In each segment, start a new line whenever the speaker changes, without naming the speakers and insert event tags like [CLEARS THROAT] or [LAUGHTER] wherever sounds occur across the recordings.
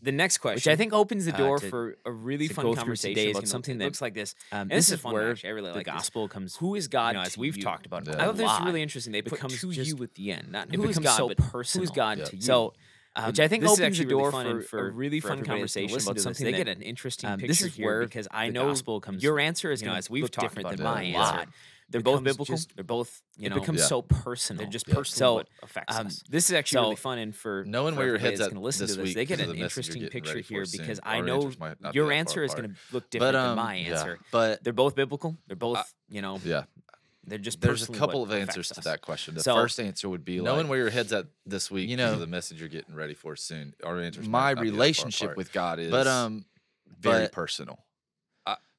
the next question,
which I think opens the
uh,
door
to-
for a really
to
fun
go through
conversation
today is
about
gonna-
something
it
that
looks like this.
Um,
And
this,
this
is,
is fun,
where
actually. I really
the
like this.
gospel comes.
Who is God?
You know, as
to
we've
you?
talked about, it
Yeah.
a
I thought this was
lot.
really interesting. They
It
put
becomes
to
just-
you at the end, not
It
who is
becomes
God,
so
but
personal.
Who's God
Yeah.
to you?
So, um, which I think
this is
opens the
actually really
door
fun
for,
and for-
a really
for
fun
everybody that's gonna
conversation
listen
about
to this.
something
They
that
get an interesting
um, this
picture
is
here
where
because I
the
know
gospel comes.
your answer is
you
going
know,
to
as we've
look
talked
different
about
than
it a
my
lot.
answer.
They're
It
both
becomes
biblical.
just-
they're both you
it
know.
becomes
Yeah.
so personal.
they're just
Yeah.
personal.
So
what affects
um,
us.
this is actually really
So,
fun and for
knowing
for
where your
everybody
head's
that's
at
gonna listen
this
to this,
week
they get
because
an
of the message you're
interesting
getting
picture
ready for
here
soon.
because
Our
I know
answers might not be
your
that far
answer is
apart.
going to look
but
different
um,
than my
yeah.
answer.
But
They're both biblical. They're both you know.
yeah,
They're just
there's a
personally
couple
what
of answers
affects
to
us.
that question. The
So,
first answer,
Answer would be
knowing
like
where your head's at [LAUGHS] this
[LAUGHS]
week,
You
you
know,
know, [LAUGHS] the message you're getting ready for soon. Our answers. might
my
not be that far
relationship
apart.
with God is
but um,
very
but-
personal.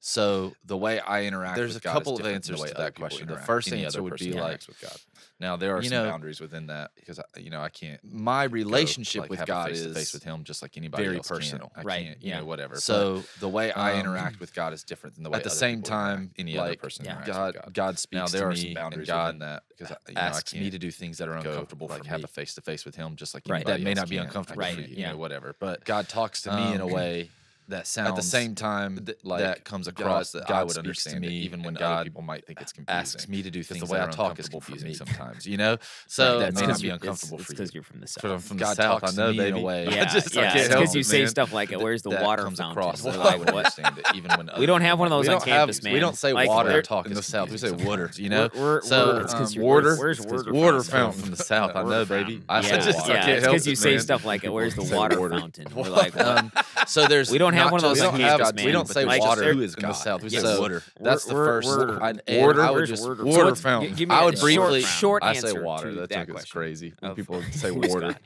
so
The way I interact.
there's a
with God is
couple of
different than
answers
the way
to
other
that
people
question. The
interact.
first
Any other
answer would
person
be like-
interacts with God.
now there are
You
some
know-
boundaries within that because I, you know I can't go,
My relationship
like,
with
have a
God
face to face
is
with Him just like anybody
very
else can.
personal.
I
Right,
can't, you
yeah.
know, whatever. but-
so the way I
um,
interact with God is different than the way
at the
other
same
people interact.
time, any
like,
other person
yeah.
interacts
God,
with God.
God speaks
now
to
there are
me
some boundaries
and God
within that because I, you know, I
asks me
can't
to do things that are
go,
uncomfortable
like
for
have
me.
a face to face with Him just like
Right.
anybody
That may
else
not be
can. I
uncomfortable
for
can't,
you,
you
yeah.
know, whatever. But
God talks to me in a
Um,
way that sounds
at the same time,
th-
like
that
that comes
God-
across that I
God
would
speaks to
understand it,
me
even
and
when other
God
people might think it's confusing.
asks me to do
because
things
the way
that
I
are
talk is
uncomfortable for
confusing
me.
sometimes, you know. So that
that
may
um,
not be
It's-
uncomfortable
it's
for you.
because you're from the south.
From, from
God
the south,
talks
I
to
know,
me in a
baby. [LAUGHS]
way-
I
yeah,
just- I
yeah.
can't
It's
help
because you
it,
say
man.
stuff like, "Where's the
that
water
comes
fountain?"
across
Well,
that I
like,
would
what-
understand it, even when
We don't
other
have one of those
people might-
on
We don't have-
campus,
We
man.
don't say
Like,
water
we're-
in talk in the south. We say water. You know,
We're- we're-
so
we're- it's 'cause
um,
you're-
water.
where's- where's
it's
water
'cause
from?
Water fountain from the south. I
Where
know,
from?
baby. I
yeah,
said just
yeah,
I can't
it's
help
because you
it,
say
man.
stuff like, "Where's the
Say
water,
water.
fountain?" We're like, what?
Um, so there's
We don't have
not
one of those
just- we
on
don't have
campus,
God-
man,
We don't
but
say
like-
water.
Who
is
in the
God?
south. We
Yes.
say
Water.
water. That's the
Word-
first.
word-
I'd-
word-
and I would
where's
just
word-
So
water
what's-
fountain.
gi- give me
I
a
would
short-
briefly.
short
I say
answer
water.
to
That's
that
like it's
question
crazy when
of
people say
who's
water.
God.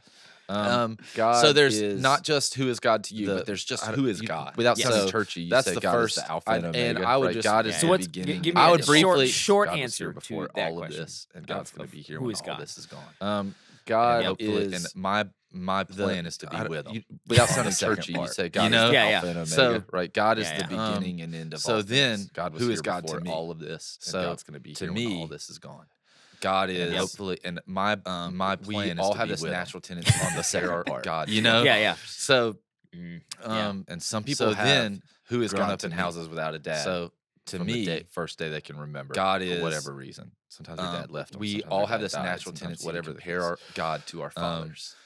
Um,
God
so there's
is
not just who is God to you,
the-
but there's just
I don't-
who is
you-
God.
without
sounding
so
churchy, you
that's
say
the
God is
first
the Alpha and
I- and
Omega,
I would
right?
just
God
is
yeah.
the So what's- gi-
beginning.
give me
I
a
would
short-
briefly
short
God was
answer
here
to
before
that
all
question
of this, and
of-
God's going
of
to be here
who
when
is
all
God.
this is gone.
um,
God
Yep.
is
is
and my my
the-
plan is to
I
be
don't-
with him.
you-
without
on the
sounding
second
churchy. You
part.
say
You
God
know?
is
Yeah,
Alpha
yeah.
and Omega,
So-
right? God is
Yeah,
the
yeah.
beginning and end of
so
all.
then,
things. Um, God was
who
here
is God to
before
me?
all of this. and
So,
God's going to be
to
here when all
me,
this is gone.
God
And
is
hopefully, and my
um,
my
we
plan is
all
to
have
be
this
with 'em.
natural tendency
[LAUGHS] on the
to tear
second
apart.
part. God,
You know?
Yeah, yeah.
So
Mhm. Yeah.
um,
and some people
people
have
have
then who is
grown
God
up
to
in
me?
houses without a dad.
So to
from the
me,
day-
first day they can remember,
God
for
is,
whatever reason. Sometimes their
um,
dad left. 'em,
we
sometimes
all
their
have
dad
this
died,
natural
sometimes
tendency to
whatever the
compare
case.
our God to our
Um,
fathers.
Mhm.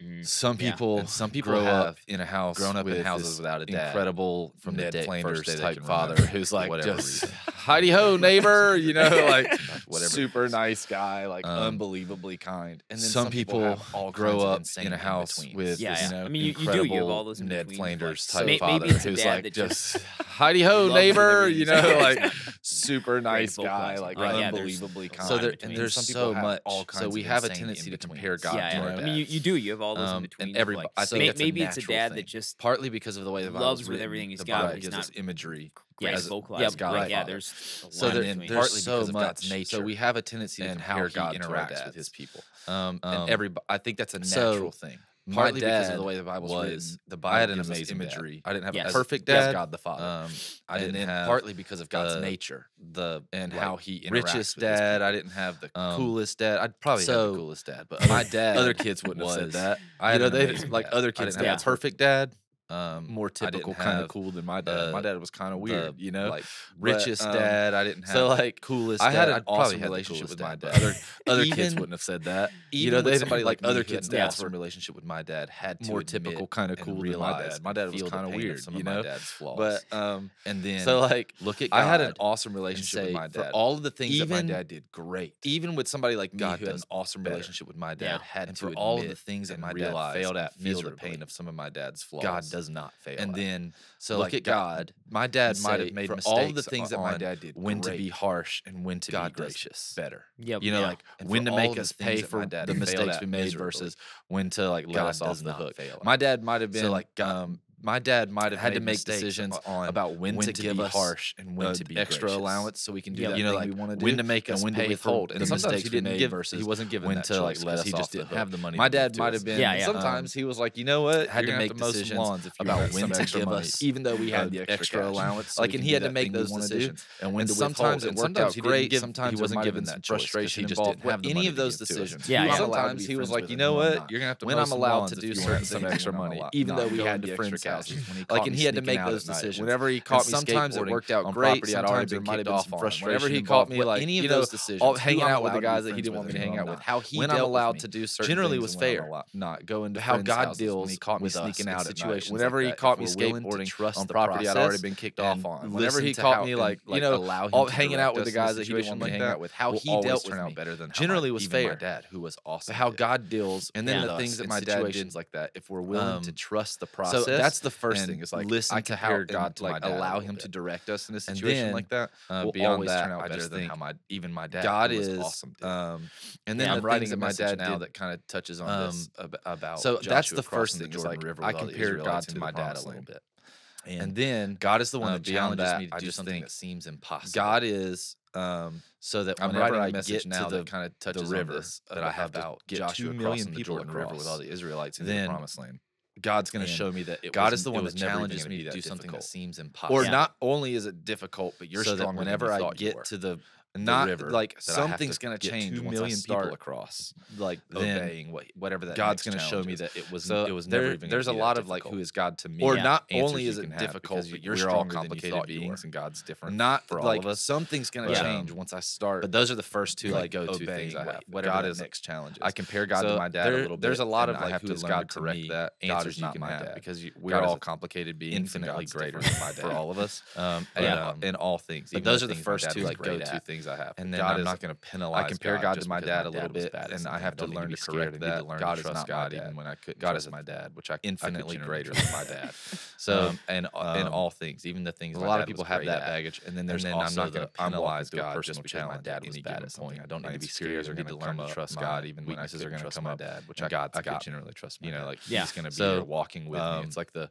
Mm. some
yeah.
people,
And some people
grow
have
up in a house,
grown up in
with
houses
this
without a dad.
Incredible
From
from
the
the
day-
Ned
first day
Flanders
they
type
can
father
remember,
who's
for
like
whatever
just [LAUGHS]
reason.
hidey ho neighbor, you know,
[LAUGHS]
like
Whatever.
super nice guy, like
Um,
unbelievably kind. And then
some people
have all
grow
kinds of
up
insane
in a house
in-betweens.
with
Yeah,
this,
yeah.
you know,
I mean, you- you do, you have
incredible
all those in
Ned
betweens, like,
Flanders
so-
type
May- maybe
father
it's a
who's
dad
like
that just
just hidey
[LAUGHS]
ho
loves
neighbor,
everything
you
he's
know,
doing.
like super nice
vocals.
guy, like
Oh, yeah, there's
unbelievably
a
kind.
lot
So
in
there,
between.
and there's some people have all kinds
so
of
we have a
insane
tendency to
in-betweens.
compare God
yeah,
to
yeah.
our
I
dads.
mean, you, you do. You have all those in
Um, and
between.
everybody-
like,
I
so
think
may-
that's a
maybe it's a
natural
dad
thing.
that just
partly because of the way the Bible
loves
is
with
written,
everything he's
the
got,
Bible
but he's
gives us
not
imagery.
Yeah,
grabs
as-
vocalized.
yeah,
like, yeah,
Godfather.
there's a
So
lot
there,
in between.
there's
Partly
so
because of
much.
God's
So
nature
we have a tendency to
and how
compare
he
God to our
interacts with
dads.
his people.
Um,
and
every
everybody, I think that's a
so
natural thing.
my
Partly because of
dad
the way the Bible
was-
written, the Bible
I had an
gives us
amazing
imagery.
imagery. I didn't have
Yes.
a perfect
as
dad.
God the Father.
Um, I
and
didn't
then
have
partly because of God's
uh,
nature, the
and
like,
how he interacts
richest
with his
dad.
people.
I didn't have the
Um,
coolest dad. I'd probably have
so
the coolest dad, but
[LAUGHS]
[LAUGHS]
other-
my dad.
other kids wouldn't
was,
have said that.
I
you
had
know,
an
they
amazing
like
dad.
other
I
kids.
didn't
Dad.
have a
perfect dad.
Um,
More
didn't
typical, kind
have
of cool than my dad. my
uh,
dad was kind of
the,
weird, you know,
like
But,
richest
um,
dad. I didn't have
so like
coolest.
I had
dad.
an
I'd probably
awesome
had the
relationship
coolest
with my
dad,
dad.
but
Other other kids
Even-
wouldn't have said that.
even
You know,
with
they
somebody
somebody like
me
other
who had
kids'
an
dads
awesome
were
relationship with my dad had to
more
admit
typical, kind of
and
cool than my
realize
dad. My dad was
feel the
kind of
pain of
weird,
some
you
of my
know.
dad's flaws.
But um,
and then
so like,
look at God
I had an
and
awesome relationship with
say,
my
for
dad.
all of the things that
even-
my dad did great.
even with somebody like me
God
who had an
does
awesome
better.
relationship with my
Yeah.
dad, had
And
to
for all of the
admit
things that
and
my dad
realize
failed
and
at
feel the
miserably.
pain of some of my dad's flaws.
God does not fail.
and
at.
then
so
look
like
at God. My dad might have made
for
mistakes
all of the things that my
on
dad did.
when to
great,
be harsh and when to
God
be
does
gracious.
better.
Yep,
you know,
yeah.
like
And for
when to
all
make
of the
us
things
pay
that my
for
dad
the
failed
mistakes
at
we made
miserably,
versus when to like let
God
us off
does
the
not
hook.
fail at.
My dad might have been
So, like, God-
um, my dad might have
had to
made
make
mistakes
decisions
on
about when
when
to,
to
give
be
us
harsh
and
when to be
extra
gracious.
allowance so we can do
Yeah.
that
You know,
thing
like,
we want to do.
when to make us
and when
pay
to
for
withhold
the
and sometimes
mistakes
he
we
didn't
made
give
versus
versus he wasn't given
when
that
to,
choice
like, let
'cause
us
he
off
just
the
didn't
hook.
have the money.
My
to give
dad
to
might
us.
have been.
Yeah, yeah.
Sometimes he was like, you know what?
Had
You're
to
gonna
make
have mow some
decisions
lawns if you
about
got
when
some
to
extra
give
money.
us, even though we had
Uh,
the extra,
extra
cash.
allowance so
Like,
we
and
can
he
do
had to
that
make
thing we
those
wanna do.
decisions.
and when
And
to
sometimes
sometimes
it
and
worked out
sometimes he
great,
didn't give,
sometimes
he
he
wasn't
wasn't
given
given
that
that
choice
choice
'cause
'cause he
he didn't
involved
have
have the
any
money
of
to
those
give to us.
decisions.
Yeah,
He
yeah.
wasn't
Sometimes
allowed to
he
be friends
was like,
with
"You
him
know
when I'm
what?
not."
You're gonna have to
when
mow
I'm
some
allowed
lawns
to
if
do
you want
certain
some
things
extra
when I'm
money,
allowed-
even
not
though we
going
had
to
the
extra
friends'
cash.
houses when he
Like,
caught
and
me
he had to
sneaking
make
out
those
at night.
decisions.
Whenever he
And
caught me
sometimes it
skateboarding
worked out
on
great.
property, I'd
Sometimes
already
there
been
might have
kicked
been
off
some
on.
frustration.
Whenever he
involved
caught me,
with
like
any of
you know,
those decisions,
all-
who
hanging
I'm
out
allowed
with the
to be
guys that he
friends
didn't
with
want me
and who
to hang
I'm
out with,
not.
how he
when I'm
dealt with
allowed
me.
to do certain
generally
things
was
and when I'm
fair.
allo-
Not going to
How
friends'
God
houses when
deals
he caught me
with us in
sneaking out at
situations
night.
like
Whenever he
that, if
caught me
we're willing to
skateboarding
trust
on
the
property, I'd already
process
been kicked off
and
on. Whenever
listen
he
to
caught
how-
me,
and,
like you
like, allow
know,
him
all
to
hanging
direct
out with the
us in a
guys that he didn't
situation like
want me to hang
that
out with, how
will
he
always
dealt with
turn out
me.
better than how I-
Generally was
even my
fair.
dad, who was awesome.
how
did.
God deals, and then
Yeah.
the
us
things that
in
my dad did
situations like that. If we're
willing
willing
to
to trust the
So
process,
that's the first
and
thing. Is like
listen
I
to how-
compare
and
God to
to my
like
dad a
allow
little
him
bit.
to direct us in a
And
situation like that.
uh,
will
beyond
always
that,
turn out
I
better
just
than
think
how my even my dad,
God
who was
is
awesome. did.
um,
and
yeah,
then
I'm
the
writing
things
a
that my
message
dad
now
did-
that kind of touches on
um,
this ab- about
so that's
Joshua
the first
crossing the
thing. Is
Jordan
like
River
I
with all the
compared God
Israelites
to
into
my
the
dad a
promised
little
land.
bit,
and,
and then
God is the one
uh,
that
beyond
challenges
that,
me to
I
do
just
something
think
that seems impossible.
God is um,
so that
I'm
whenever
writing a
I
message
get
now
to the,
that
kind of
touches on
river
this,
that I
about
have
to
about
get
Joshua
two million
crossing the
people
Jordan River with all
across.
the Israelites into
Then
the promised land.
God's going
and
to show me that it
God
wasn't-
is the
it
one
was
that
never even
challenges
gonna be
me to
that
do something
difficult.
that seems impossible.
or
Yeah.
not only is it difficult, but you're
so that
stronger.
whenever
than you
I
thought you
get
were.
to the
not
river
like
that I have to
something's going
get
change
two
once I
million people
start
across,
like
then
obeying what, whatever that
God's
going to
show me that it was
So
it was
there-
never even.
there's a
gonna be that
lot of, like, who
difficult.
is God to me
or
Yeah.
not
answers
only
you
is
can
it
have
difficult,
because
but
you're
we're all
stronger than you
complicated
thought you
beings,
were.
and God's different.
not
for all
like
of us.
something's going to
but,
change
um,
once I start.
But those are the first two
like,
like go to
obeying
things I
what-
have.
whatever
God
that
is
next challenge
I
is.
compare God to
So
my dad a
there-
little bit.
There's a lot
and
of
I
like
have
who
to
is
learn
God
to
to
correct
me.
that.
answers
Answers
you
not
can
my
have
dad
because you,
God
we're all
is
complicated beings, and
infinitely
God's
greater
different
than my
for
dad.
all of us.
Um,
And,
yeah,
um,
in all things.
but
even the
those are the
things my
first
dad
two
was
like
great
go-to
at.
things I have.
And then
God
I'm
is-
not going to penalize.
I compare God, to
just
my
because
dad a little
was
bit,
bad at
and I
something.
have to
don't need
learn
be
to
scared
correct
and need
that.
to learn to
God is
trust
not
God
God, even
dad.
when I could.
God is my
my
dad, which I I could
infinitely
generally
greater
do
than my
that.
dad.
So
Um,
and in
um,
all things, even the things
A
my
lot of
dad
people
was
have
great
that
at.
baggage, and then
And
there's
then
also
I'm not
the
going to penalize
unwise God
God
just
just
because
because
my
my
dad
dad
was
was
bad
bad
at
at something.
something.
I don't
My
need to be
insecurities
scared.
are
I need
gonna
to learn
come
to
up.
trust
My
God even when I
weaknesses
could
are gonna
trust
come
my
up.
dad, which
And
I
God's
I could
got me.
generally trust.
You know, like
Yeah.
he's gonna be
So,
there walking with me.
um,
It's like the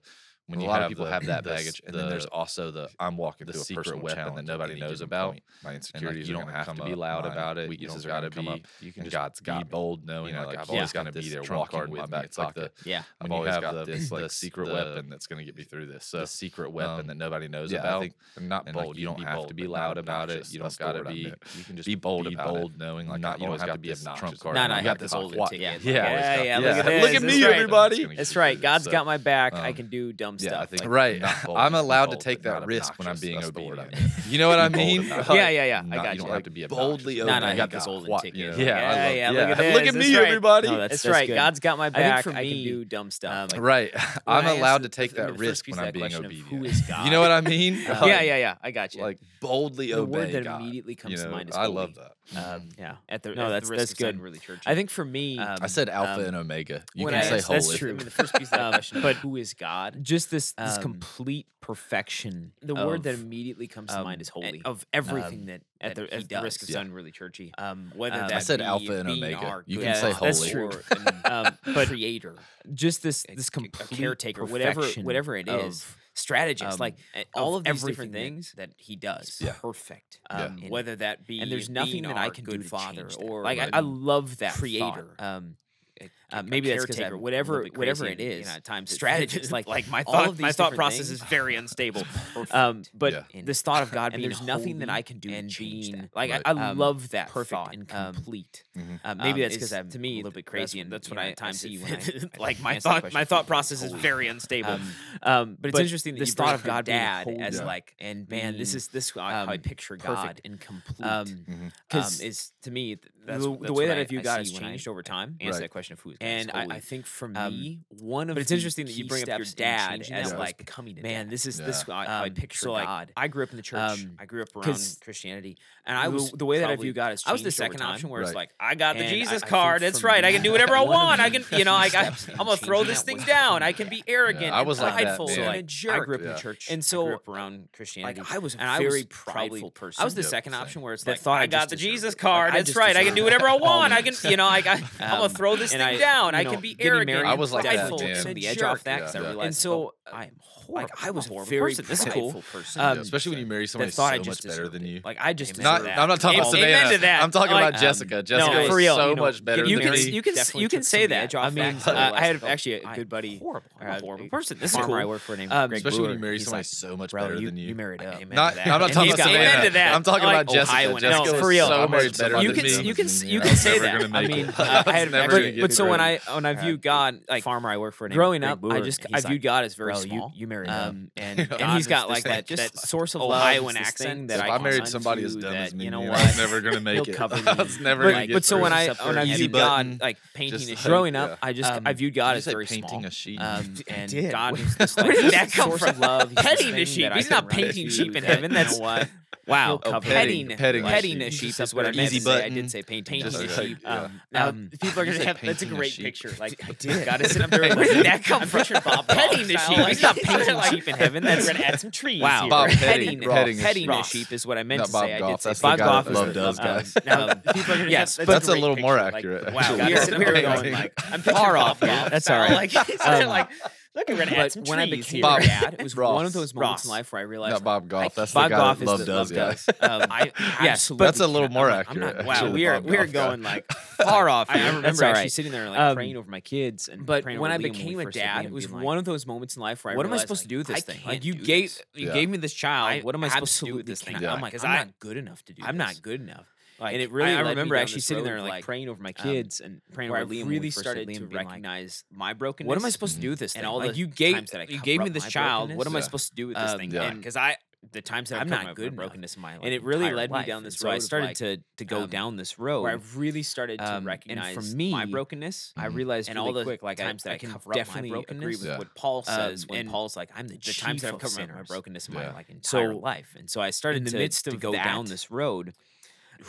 when
a
you
lot of
have
people
the-
have that
the-
baggage, and then there's
the-
also the I'm walking
the
through a
secret
personal
weapon that
challenge at
nobody
any
knows
given
about,
point. My
and like,
insecurities
you
are
don't
gonna
have
come
to be
up.
loud
My
about it. You
Weaknesses
don't
are
got
gonna
to
come up.
be.
You can
And
just
God's
be
got me.
bold, knowing
You know, like
that, like
I've
I've always
always
got
got
this
this
trump
trump
card
card
in
with
my
me.
back
It's like
pocket.
Yeah.
I've
When you
always
have
got
the-
this like
the
secret
the-
weapon that's going to get me through this. So
the secret weapon
um,
that nobody knows
yeah, I
about.
think-
and not
and, like,
bold.
you
you don't
be
have
bold,
to
but
be
not
loud about it.
obnoxious.
You don't
That's the
gotta
word I
be.
meant.
You can just
be bold
be
about it.
bold, knowing like
Not-
not,
you
you
don't
always
have
got
to
to
be
be this trump
obnoxious
card.
about
it.
I
Not
got
to
this
hold it
quiet.
together.
Yeah,
Yeah,
I always
yeah,
got
yeah,
this.
look at
Yeah,
this,
me,
that's right.
everybody.
gonna
That's
get you
right.
through
God's
this.
got my back. I
um,
can do dumb
yeah, I
stuff.
think-
like-
Right.
Not bold,
I'm
not
allowed to
bold,
take
but
that
not
risk when I'm
obnoxious.
being
That's the word I
obedient.
meant.
You know what I
Be bold
mean?
about it.
Like,
yeah, yeah, yeah. I
not-
got
you don't
you.
have to be
boldly
obnoxious.
No,
open.
no,
I
he
got
got
this
golden
quiet,
ticket.
you
Yeah,
know, like, I
yeah,
love-
Look at
yeah.
this.
Look at
that's
me,
right.
everybody.
No, that's,
It's-
that's right.
good.
God's got my
think
back.
for
I can
me-
do dumb stuff. Like,
Right.
when
I'm
I answer
allowed
the-
to take
the- the
that
first
risk
piece
when
of
I'm
that
being
question of
obedient.
Who is God?
You know what I mean?
Yeah,
Like,
yeah, yeah. I got you.
Like boldly
the word
obey
that
God.
immediately comes
you
to
know,
mind is
I
holy.
love that.
Um, yeah. At the,
at
No,
the
that's
risk
that's
of sounding
good.
really churchy.
I think for me,
Um,
I said alpha
um,
and omega. You
when
can
I
say
asked-
holy.
That's true. I mean, the first piece of that
Um,
question, but who is God? Just this this
Um,
complete perfection. The word that
of,
immediately comes to
um,
mind is
a-
holy.
of
Um,
everything that,
at the,
that he
at the risk
does.
of
Yeah.
sounding really churchy.
Um,
Whether
um,
that
I
said
be
alpha and
being
omega.
our
You
good
can say
father
holy.
That's true.
Or,
um, but
creator.
just this
a-
this
a- a
complete
caretaker,
whatever
perfection
whatever it is,
of,
strategist,
um,
like
a-
all eh, of these
everything
different
that-
things.
that, he does.
is
Yeah.
perfect.
Yeah.
Um,
And-
Whether that be
and there's nothing
being
that I
our
can do
good
to
father
change that.
or
Like, I-
like
I
love that thought.
creator.
Um,
a-
uh,
a
maybe that's because
caretaker,
I'm
a
whatever
little bit
whatever
crazy,
it is.
You know, at
[LAUGHS]
times it's-
[LAUGHS]
strategist, like
like my
all
thought,
of
my
these
thought
different
process
things.
is very
[LAUGHS]
unstable.
um, but
Yeah.
And-
this thought of God
and
being
there's nothing that
holy
I can do to
and
change
being,
that.
Like
Right.
I, I
Um,
love that
perfect
thought.
and
um,
complete.
Mhm.
uh, maybe
Um,
that's
is
because I'm
to me
a little
th-
bit
that's
crazy,
what-
and that's
you
what
know,
I
I
at times
see
see
when
when I
[LAUGHS]
I- I
like my
answer the
thought.
question
My
of
thought
being
process is
holy.
very unstable.
Um,
Um,
but it's interesting that
this
you bring
thought
up
of
your
God being
dad
holy
as
Yeah.
like
and man, this
being,
is this how I- how I
um,
picture God
perfect and complete.
um,
Mhm.
'cause
Um,
is to me th-
that's
the,
wh-
the
that's
way
what
that
I-
I view
I
God
see
has
when I-
changed over
I
time,
answer
Right.
that question of who is God is
and I, I
holy.
think for
Um,
me, one of
but it's
the
interesting that you
key
bring up your
steps in
dad
changing
as
that was
like,
becoming a
man,
dad.
this is
Yeah.
this
Um,
I, I picture
so like
God.
I grew up in the church.
Um,
Um,
I grew up
'cause
around Christianity, and I
it
was
was the way that I
probably-
view God is
I was the
changed over
second
time.
option where it's
Right.
like
I got the
And I-
Jesus
I think
card. That's
for
right. I
me, [LAUGHS]
can do whatever I
one of
want. I
the
can,
[LAUGHS]
you know, I, I
steps in
I'm gonna throw
changing
this
that
thing
was-
down. I
[LAUGHS]
can be arrogant.
I was
and
like that,
prideful
man.
and
like,
a
I
jerk.
grew up in
Yeah.
church,
and
and
so
so
up around Christianity.
like I was a
and I
very
was
prideful
probably-
person.
I was the
Yep,
second
same.
option where it's
that
like
thought
I
just
got the
deserved
Jesus
it. Like,
card.
I
That's
just
right. I can
deserved
do whatever I want. I can,
Almonds.
you know, I, I I'm gonna
Um,
throw this
and
thing
I-
down.
you
I
know,
can be
getting
arrogant.
married
I
I
was
was
like
like
I
that,
prideful,
man.
and
took
a
the edge
jerk.
off that because
Yeah.
I
Yeah.
realized,
And so
oh, I'm horrible.
like, I was
I'm a
a
horrible
very
person. This is
prideful
cool.
person.
Um,
Yeah, especially when you marry somebody
That thought I
so much
just
better than
deserved it.
you.
Like I just
Amen
deserved
Not,
that.
I'm not talking
Amen
about
to
Savannah.
that.
I'm talking
Like,
about Jessica. Jessica
no,
is
for real.
so
you know,
much better
You
than
can
me.
you can s-
Definitely
you can
took
say
some
that.
edge
I
off
mean,
that,
uh,
otherwise
I had
I
actually a
felt
good buddy.
horrible. I'm
uh,
a horrible person. This is
farmer
cool.
I work for named
Um,
Greg
especially when
Brewer,
you marry
he's
somebody
like,
so much
bro,
better
you,
than
you married up.
Amen
Not,
to that.
I'm not
And
talking
he's
about
got-
Savannah.
Amen
to that.
I'm talking
Like,
about Oh, Jessica.
Ohioan. No,
Jessica
for
is
real.
so
I'm
much
just-
better
I'm
you
than
can
me.
you can
Amazing.
you
I
can
was
say
never
that.
gonna
I
make [LAUGHS]
mean,
it.
uh, I
I
had
was
but,
never gonna get
but so
through
when
it.
I when I
Uh,
view God like
farmer I work for named
growing
Greg
up, I
Brewer,
just
he's
I
like,
viewed God as very
"Bro, you-
small.
You married
[LAUGHS]
up.
Um, and, and
God
he's
is
got
this
like
thing,
that,
just
that source of love, Ohioan he's this accent thing
If
that I,
I married
cling
somebody
to
as dumb
that,
as me,
you know
man,
what?
I was never gonna make
He'll
it.
cover
I
me.
was never
but,
gonna get
but so
through
when
it.
I
Except
when
for
I
Eddie
viewed
Button.
God like painting
Just
is
like-
growing up,
yeah.
I just
Um,
I viewed
Did
God
you
as
say
very
painting
small.
a sheep. [LAUGHS]
Um, [LAUGHS]
I
and
did.
God
Where-
is this,
where
like,
did that come
source
from?
Of love. He's this
Petting a
thing
sheep.
that I
He's
can
not
run
painting
to
sheep
that,
in heaven.
you know [LAUGHS]
That's-
what?
Wow.
Oh,
petting,
petting-
petting a
petting a
sheep.
sheep
Just
is
up
what I
there.
meant
Easy
to say. I
button.
did say painting.
Just
a
like,
sheep.
yeah.
Um, now
Um,
people are
you
gonna
said
have. That's a
painting a
great
sheep.
picture. Like I
did.
God is up there. like,
Where did that come
I'm
from?
picturing Bob
Petting a
Ross
sheep.
style, like,
He's
[LAUGHS]
not
he's
painting
like-
sheep in
[LAUGHS]
heaven. That's
we're gonna add some trees.
Wow.
here.
Bob
petting,
Petting- Ross.
petting a
Ross.
sheep is what I meant
Not
to
Bob
say. I
Goff,
did say
that's the
Bob
guy
Goff
that
is
loved
good.
us, guys.
Um, now,
[LAUGHS]
people are gonna
Yes,
have-
that's a
great
little more
picture, like,
accurate,
wow,
actually.
we were, we were
Amazing.
going like I'm
Far
picturing Bob
off, Bob.
Goff.
That's
style,
all right.
Like,
they're
um,
like, look, we're gonna add
but
some
when I
trees
became
here.
Bob-
dad, it was one of
Ross.
those moments in
Ross.
life where I realized
Not Bob Goff. That's the
Bob
guy
Goff
that
is
loved
the
us,
loved
guys.
us. Um, I absolutely.
That's a little
cannot-
more
I'm not- I'm not-
accurate,
Wow,
actually,
we
the
are
Bob
we are
Goff guy.
going like far off.
I
here.
remember
That's all
actually
right.
sitting there like
Um,
praying over my kids and
But
praying
when
over
I
Liam we
became a
first had
dad,
Liam,
it was
being like,
one of those moments in life where I
What am I
realized,
supposed
like,
to do with this
I
thing?
can't
Like you
do
gave
this.
Yeah.
you gave me this
I
child. What am I supposed to do with this thing?
Yeah.
I'm like,
Because
I'm
I-
not good enough to do.
I'm
this.
not good enough.
Like,
and it really,
I,
led
I
me
remember
down
actually
this
sitting
road
there
of,
like,
like,
praying over my
um,
kids and praying
where I
over Liam. when
really
we first had
started
Liam
to
being like,
recognize my brokenness.
what am I supposed to do with this thing?
And all
like,
the
you gave
times that I
you
cover
gave me
up
this
my
child. What am I
brokenness?
supposed to do with this
Um,
thing?
Yeah.
because I the times that
I'm
I've
not
covered up
good
my
enough.
brokenness in my life,
and it really
entire
led me
life.
down
And
this
so
road.
I started
like,
to
to go
um,
down this road where I really started to
um, and for
recognize my
me,
brokenness.
I
Mhm.
realized
mm-hmm, and
really
all the
quick, like
times
I,
that
I
I
can
cover up my
definitely agree
brokenness.
with
Yeah.
what Paul says
Um,
when
and
Paul's like, "I'm the,
the
chief
times that
of
I've covered up my
sinners."
brokenness in
Yeah.
my like entire
So,
life, and so I started
in the
to,
midst
to
of
go down
that,
this road.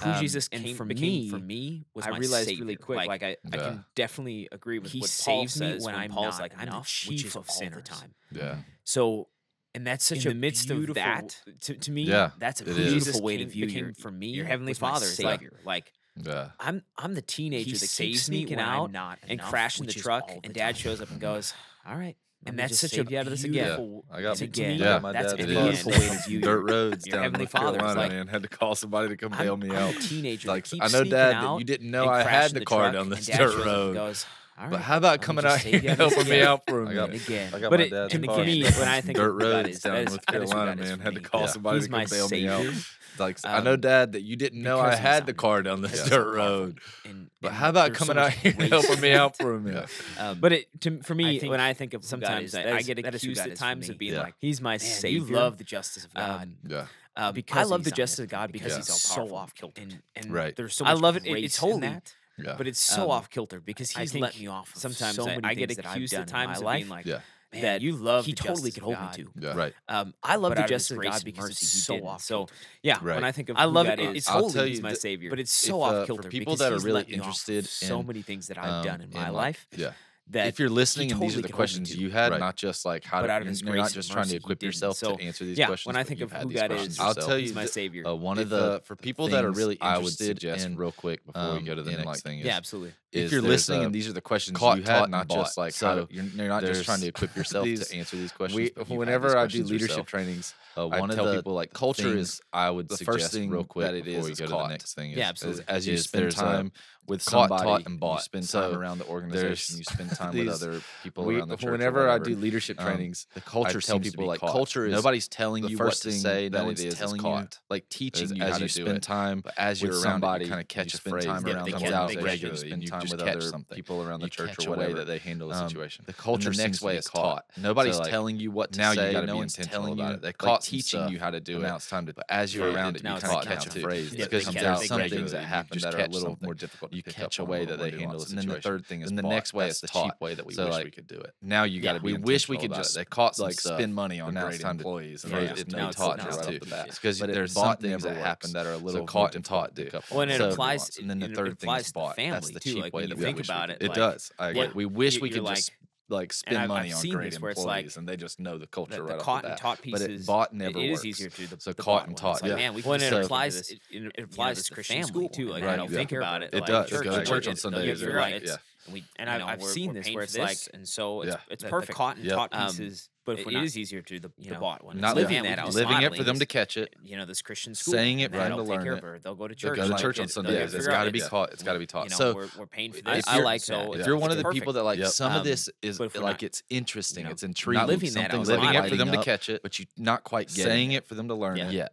Who
um,
Jesus
and
came
for
became
me,
for me was
I
my
realized
savior.
really quick, like, I, I
Yeah.
can definitely agree with
he
what Paul
saves me
says
when I'm
Paul's
not
like, I'm the
enough, which is
chief of
all the
sinners.
time.
Yeah.
So
and that's such
in
a
the midst of
beautiful-
that, to, to me,
Yeah,
that's a
it is.
beautiful
Jesus
way to
came-
view your,
became for me
your heavenly
was my
father. It's like,
savior. Like
Yeah.
I'm I'm the teenager that
he saves
keeps
me
sneaking
when I'm
out
not
and
enough,
crashing the
which is
truck,
all the
and Dad
time.
shows up and goes, "All right," let
And
me
that's
just
such a
save you out of this again.
beautiful.
I got
to
me-
me,
Yeah,
my
that's
dad
a
did.
beautiful way
[LAUGHS]
to view
dirt
your
roads
your
down in
heavenly
North
father was
Carolina,
like,
man. Had to call somebody to come
I'm-
bail me
I'm
out.
a teenager.
Like
that keeps
I know,
sneaking
Dad, that
out
you didn't know
and
I
crashing
had the car
truck,
down
and
this
Dad
dirt
shows up and
road.
goes, "All
But
right,
how
let
about
me
coming
just
out
save
here
you
and
out of this
helping me
again."
out for a
And
minute?
again.
I got
but
my
it-
dad's
and
car
for me,
down
when I
some
think
dirt
of that
roads
is,
down
that
in
is,
North
that is who
Carolina,
that is
man,
for
had to
me.
call
Yeah.
somebody
He's
to
my
come bail me out.
savior.
Like I know,
Um,
Dad, that you didn't know I
because he's
had the
on
car down this
Because he's
dirt
on
road.
And,
But
and
how about
there's so
coming
much
out here and
grace
helping
in
me
that.
[LAUGHS]
out for a minute?
Um, but it to, for me,
think
when I think of
who God
sometimes
is,
I,
that
I
is-
get
that is who
accused
God
at
is for
times
me.
of being
Yeah.
like, "He's my
Man,
savior."
you love the justice of God.
um,
Yeah,
uh, I
because
love the
he's
justice of God
omnipotent,
because
because
he's
he's
so
all-powerful.
off kilter.
and and
Right.
there's so
I
much
love it. It-
grace
it's
in
holy,
that,
yeah,
but it's so
Um,
off kilter because
I
he's
think
let me off. Of
sometimes
so
I-
many
I get
things that I've
accused
done
at
in
times
my
of
life
being like,
yeah,
man,
that
you love.
he
the
totally
justice
could
of
hold
God.
me to.
yeah. Right.
Um, I love
But
the
out of his
justice of
grace
God
and
because
mercy,
it's
he
so
didn't.
off
So,
kilter. Yeah, when
Right.
I think of
I
who
love
God
it. It-
is,
it's
I'll
holy.
tell
He's
you
my
that-
savior.
but it's so
if, uh,
off
for
kilter.
people
because
that are
he's
really
let me off
interested
so
in,
many things that I've
um,
done in my
like-
life
Yeah.
that
if you're listening and these
totally
are the
could hold me
questions
to.
you had, Right.
not just like how
But
to
out of his
you're
grace
not
and
just trying
mercy,
to
he
equip
didn't.
yourself
So,
to answer these
yeah,
questions.
when I
but
think
you've
of
had
who
these
God
questions
is,
I'll
yourself.
tell
he's
you
my
that,
savior.
uh, one of
If,
the
uh, for
people that are really
I
interested
would suggest
in,
real quick before we
um,
go to the
in
next
like-
thing is,
Yeah, absolutely.
is
if you're
there's
listening
a
and these are the questions
caught,
you
taught,
had,
and
not just
bought.
like how
So
to, you're, you're not just trying
there's
to equip yourself
these-
to answer these questions.
we,
but you've had these
whenever I do
questions
leadership
yourself.
trainings,
uh,
I
one of
tell
the
people like culture
things
is I would
the
suggest
first thing
real quick
that it
before
is
we
is
go to
caught.
the next thing. Is,
Yeah,
is
absolutely.
as you
Is
spend
there's a
time with
caught,
somebody,
taught, and bought.
you spend
So
time around the
there's-
organization, you spend time with
these-
other people
we-
around the church. or whenever I
whatever,
do leadership
um,
trainings,
the culture
I tell
seems to
people
be
like
caught.
culture is
nobody's telling
the
you
first
what to
thing
say.
that
No
it
one's
is is
telling you,
caught.
like
as,
teaching you
as
how
you
to
spend
do it.
time,
But as
with
you're around
somebody,
it, you
you
kind of catch a
spend
phrase
time
that
around
comes
them
out
regularly,
regularly, and you
spend time
just
with
catch
other
something.
people around the
You
church
catch
or
a way
whatever.
that they handle a
Um,
situation.
The
And
culture
the next way
is
is
caught.
caught.
Nobody's
So, like,
telling you what to
now you
say.
gotta
No
be
one's
intentional
telling
about
you.
it. They
like,
caught some
teaching
stuff,
you how to do
but
it.
now it's
time to.
But as you're
Yeah,
around
it
it,
now
you kind
it's
of
like
catch
catch
a
up.
phrase
Yeah,
that
they
comes
catch-
out
they
some
catch
things
it.
that
You
happen just that are a catch little
something.
more difficult. to You pick
catch
up
a
on
way
or
that
more
they handle
nuanced.
a
And then the
situation.
third thing is
Then the
bought.
next way
That's
is
the cheap
taught.
way that we So,
wish
like,
we could do it.
Now you got
Yeah.
to be.
We wish we
intentional
could
about it.
just,
They caught some
like
stuff,
spend money
but
on
now it's
great
time to-
employees and
yeah,
they
yeah.
just
Now
been
it's-
taught
now
now
it's
too.
off the bat.
It's
because
but it
there's
bought
some things
never
that happen
works.
that are a little
so caught
more
and taught,
difficult
dude.
to pick up
Well, and
on.
it
So-
applies-
and then
it
the third thing
applies
is
to
bought. That's
family,
the
too,
cheap
like,
way
when
that
you
we
think
wish we
about
could-
it,
It
like,
does. I agree.
yeah,
We wish
you-
we
you're
could just
like,
like spend
I've- I've
money on
seen
great
this where
employees,
it's like
and they just know the culture
the, the
right off the
cotton
bat.
taught pieces.
but it bought
it-
never
it
works.
is easier to do the
So
the
cotton
bought one. It's
taught,
like,
yeah.
Man, we can
Well,
just
and it
look into
applies-
this,
it-
you know,
it
this
applies to
Christian
family,
school.
too,
Like,
like,
I
Right,
don't
yeah.
think about it.
It
like,
does,
Church,
gotta
church,
church on
is-
Sundays
you're
or
right.
like-
it's- And we
and
you
I've,
know,
I've
we're-
seen
we're
this
paying
where
for
it's like,
this, and so it's
Yeah.
it's
the- the
perfect.
cotton
Yep.
taught
Um,
pieces, but
But if
if
we're
it
not
is easier to do the,
you
the
know,
bought one. It's
not
like,
living
man, we
that
can
out,
just
living it for
modeling
them
is-
to catch it.
you know this Christian school,
Saying it
man,
right,
it'll
to
take
learn
care
it.
of her. They'll go to
They
church.
go to
like,
church on
they'll
Sundays.
figure
It's
out
got to be
it's-
taught. It's got to be taught.
You know,
so
we're, we're paying for
if
this.
I you're-
like that.
So
Yeah.
if you're one of the people that like Yep. some
Um,
of this is
but if we're
like
not,
it's interesting,
know,
it's intriguing,
living that
something
out,
living it for
lighting
them to
up,
catch it,
but you not quite getting
saying it for them to learn
Yeah.
it.
Yeah.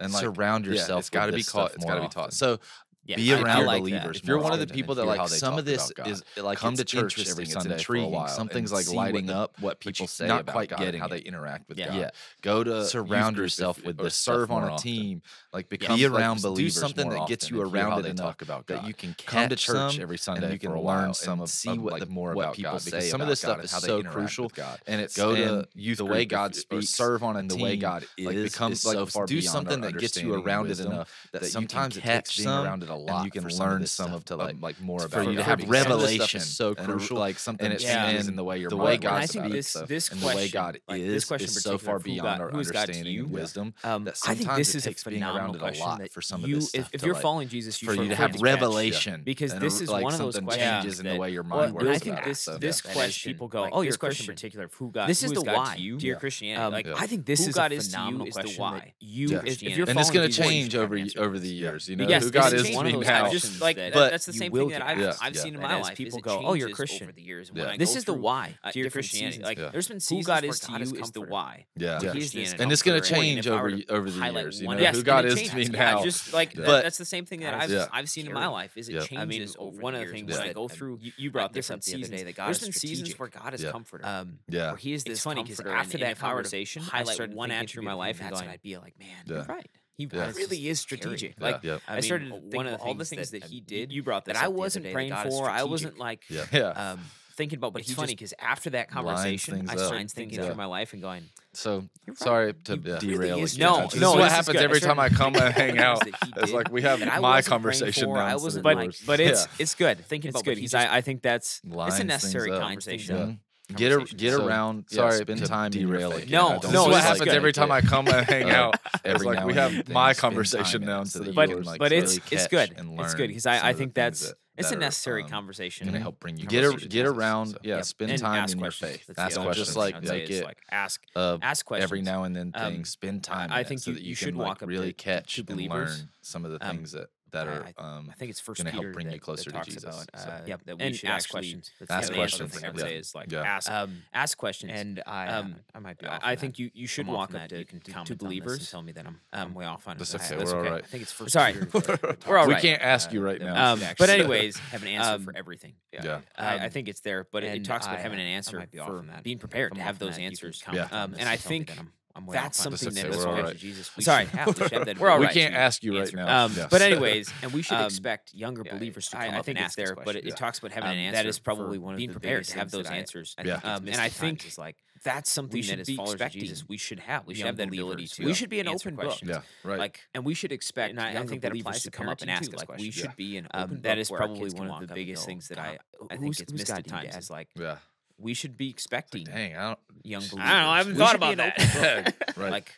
and like
surround
yeah,
yourself.
it's got to be caught. It's got to be taught. So
yeah,
be
I- I
around
like that.
believers.
If
more
you're one
often
of the
and
people
hear
that
how
like
they
some
talk
of this
about God.
is like
come
it's
to church
interesting,
every
it's
Sunday for a
intriguing.
while
Something's
and
like
see what
lighting
the-
up
what
but
people
you
say
not
about
quite
God,
getting
how
it.
they interact with
Yeah.
God.
Yeah.
Go to youth
Surround
group
yourself
if-
with
or
this stuff
serve on
more
a
often.
team. Like become
Be
like,
around
do
believers
something
more
that gets
often
you
and hear how
around it
they
enough
talk about
that
God.
you can catch
Come to church
some
every Sunday
and you can
for a while
learn
and
some of,
see
of,
what
like
the- more
what
about
people
God, because
say
some of
about
this
God
stuff
and
is
how they
so
interact
crucial.
with God.
and it's
Go to
and youth
the
group
way
if-
God
if- or
speaks
serve on a
and the way
team,
God
like
is,
become
is
like
so far
do
beyond our
something that gets
understanding
you
and
around it
wisdom
enough
that
that,
you can
sometimes it
catch
takes being
some
around it a
and
lot
you can
for
learn some
some of
of
this
to,
stuff,
like,
um,
like more
for
about
you to
God
have
because some of this stuff
revelation
is so
and a re-
crucial
like something
and it
Yeah.
changes
changes
in the way your
the
mind
way
works
God
And I
about
think
it,
this
so-
this
and
question,
the way God
like,
is
this question
is
in
so
particular,
far
who
beyond
God-
our
who is God to
understanding
you?
and wisdom
Um,
that
I think
sometimes
this
it
is a
takes being around
phenomenal
it a
question
lot
that
for some of
you,
this stuff
if, if
to,
you're
like-
following Jesus,
for you to
forget
have
catch.
revelation
because
and a
this
re-
is
like
one of those
something
questions
changes in the
that-
way your
well,
mind
and
works
I think
about it,
this
so-
this
that
question
Christian-
people go,
like,
"Oh,
this
you're a
question
Christian."
in particular of who God.
This
who
is the
God
why.
to you,
Yeah.
to your Christianity.
Um,
like,
I think this
who
is
God
a
is to
phenomenal
you is the
question.
why.
that you,
Yeah.
if- if,
Christianity.
you're
and it's
going
going
to
to
these ways
change
you
over
can't
y-
answer
over
this.
the
Yeah.
years. You know
Yes,
who
this
God
is
is to
one of
me
those
now.
questions
just like
that-
that-
But
that's the
you
same
will
thing that
get
I've,
asked.
I've
Yeah.
seen in
And
my
as
life. is
people
it
go, "Oh, you're a
changes
Christian."
over the years.
Yeah.
When I
This
go
is the
through,
why
uh,
to your
different
Christianity.
seasons.
Like,
Yeah.
there's been
Who
seasons
God
where
is to
God
you is the
comforter.
why.
Yeah.
To
Yeah.
Christianity
And it's going to
comforter.
change
If I
over
were to
y- over the
highlight
years. You
one-
know
Yes,
who
and
God
it
is to me
changes. Yeah,
now.
Just like
Yeah.
that-
But-
that's the same thing that
Yeah.
I've
Yeah.
I've seen in
Yeah.
my life. Is it
Yeah.
changes
I mean,
over
one
the
of the
years
things
when I
that-
go
and
through.
you, you brought
like,
this up
different
the other day.
seasons.
That God
There's
is
been seasons
strategic.
where God is
Yeah.
comforter.
Um,
Yeah.
where he is
It's
this
funny 'cause
comforter.
after
and- and
that
if I were to
conversation, I
highlight
started
one
thinking
answer in my
about
life, and
that's
going,
when
I'd
I'd
be like, man,
Yeah.
you're right. He
Yeah.
was
really is
carrying.
strategic.
Yeah.
Like
Yep.
I,
I, mean,
started to
one
think
of the
all the
things that,
uh,
he
you-
did.
You brought this
that
up
I
the other
wasn't
day, that
praying
God is
for. I
strategic.
wasn't like
Yeah. Yeah.
um, thinking about. But
It's
it's
funny
funny because after that conversation,
things
I
up.
started
Lines
thinking
things
through
up.
my life and going,
So
You're right.
[LAUGHS] sorry to
You
yeah.
really
derail
is
again.
no,
This is
no,
what
this is
happens
good. I
every
started
time I come and hang
thinking about
out.
things that he
It's
did
like we have
that I
my
wasn't praying
conversation
for,
now.
I
instead of
wasn't
yours.
like- but it's it's good.
Thinking
It's
about what
good
he
because
just-
I, I think that's
Lines
it's a
things
necessary
up.
conversation.
uh, Yeah. Get a,
Conversation.
get
So,
around.
yeah,
sorry,
spend
spend
time
time
in your
derail
faith.
again.
No,
I don't-
no,
This is
this
what
is
happens
good.
every time I
[LAUGHS]
come and hang
Uh,
out. It's
every
like
now
we
and
have my
then spend time in
conversation
it
now
so
instead
that
of
you
but
can,
yours.
like,
but
really
it's it's
catch
good.
and
It's
learn
good because
some
I, I
of the
think
things
that's
that-
it's
that
a
are,
necessary
um,
conversation.
Going to help bring you
Get a-
closer to
get
Jesus,
around-
so-
yeah,
Yep.
spend
And
time
ask
in your
questions.
faith.
That's
That's
the
Don't
other
just,
thing
like,
I would say
make
is,
it
like, ask
of
ask questions
uh, every now and then
Um,
thing. spend time.
I
in it
think
so
you-
that
you
you
should
can, like,
walk up
really
to- to
catch and
believers.
learn some of the
Um,
things that that
I-
are
I-
um,
I think it's first
gonna help
Peter
bring
that,
you closer
that
to
talks
Jesus.
About,
So-
uh,
Yep.
that we
and
should
ask
actually-
questions. That's
Ask
the other
questions,
Thing I would
yeah.
say is like
Yeah.
ask
Um,
ask questions.
and I
Um,
uh, I might be.
I
off
I
on that.
think you, you should
I'm off
walk
on
up
that.
to,
You can
to
comment on this
believers.
and tell me that I'm um, way off on it.
That's
I-
okay,
That's
we're all
okay.
right.
I think it's first.
Sorry. [LAUGHS]
Peter.
We're all
we
right.
can't ask you right now.
Um,
should
but
[LAUGHS]
actually-
anyways, have an answer for
Um,
everything.
yeah.
I, I
Um,
think it's there, but it, it
and
talks about
I-
having an
I
answer
might be off
for
on that.
being
If
prepared
I'm
to
off
have
on
those
that, you can
answers.
comment
Yeah.
on
Um,
this
and I
tell me that
think
I'm- I'm way
that's
off on this.
something
okay,
that
we're
is
all
connected
right.
to Jesus.
[LAUGHS]
We
Sorry.
should have to shove that
We're all
in
we
right.
can't ask you right
answer.
now.
Um,
Um,
Yeah.
But anyways, and we should
Um,
expect younger
yeah,
believers to
I- I
come up
think
and
it's
ask
this
there. But it,
question.
it talks about having an
Um,
answer.
that is
for
probably one of
being
the
prepared
biggest
to have
things
those
that I-
answers.
I
Yeah.
think
Um,
it's
and I
missed at times
think
is like
that's
we
something
should
that is
be
followers of
expecting
Jesus. We should have. We should
young
have that ability
believers
to.
to
We should be an
answer
open book.
questions.
yeah, right.
Like, and we should expect.
And I- I
younger
think that
believers
applies
to
to
come up and
parenting
ask
too,
us.
like,
Like,
we
we
should
should be an
Um,
open.
that
book
is
where our
probably
kids can
one of
walk
the
up and
biggest
go,
things that I-
"God,
I think
who's-
it's
who's
missed
God
at
do you
times
ask?"
is like
yeah.
we should be expecting
Dang, I don't.
young believers.
I haven't
We
thought
should be
about
an
that.
open book.
Right.
Like,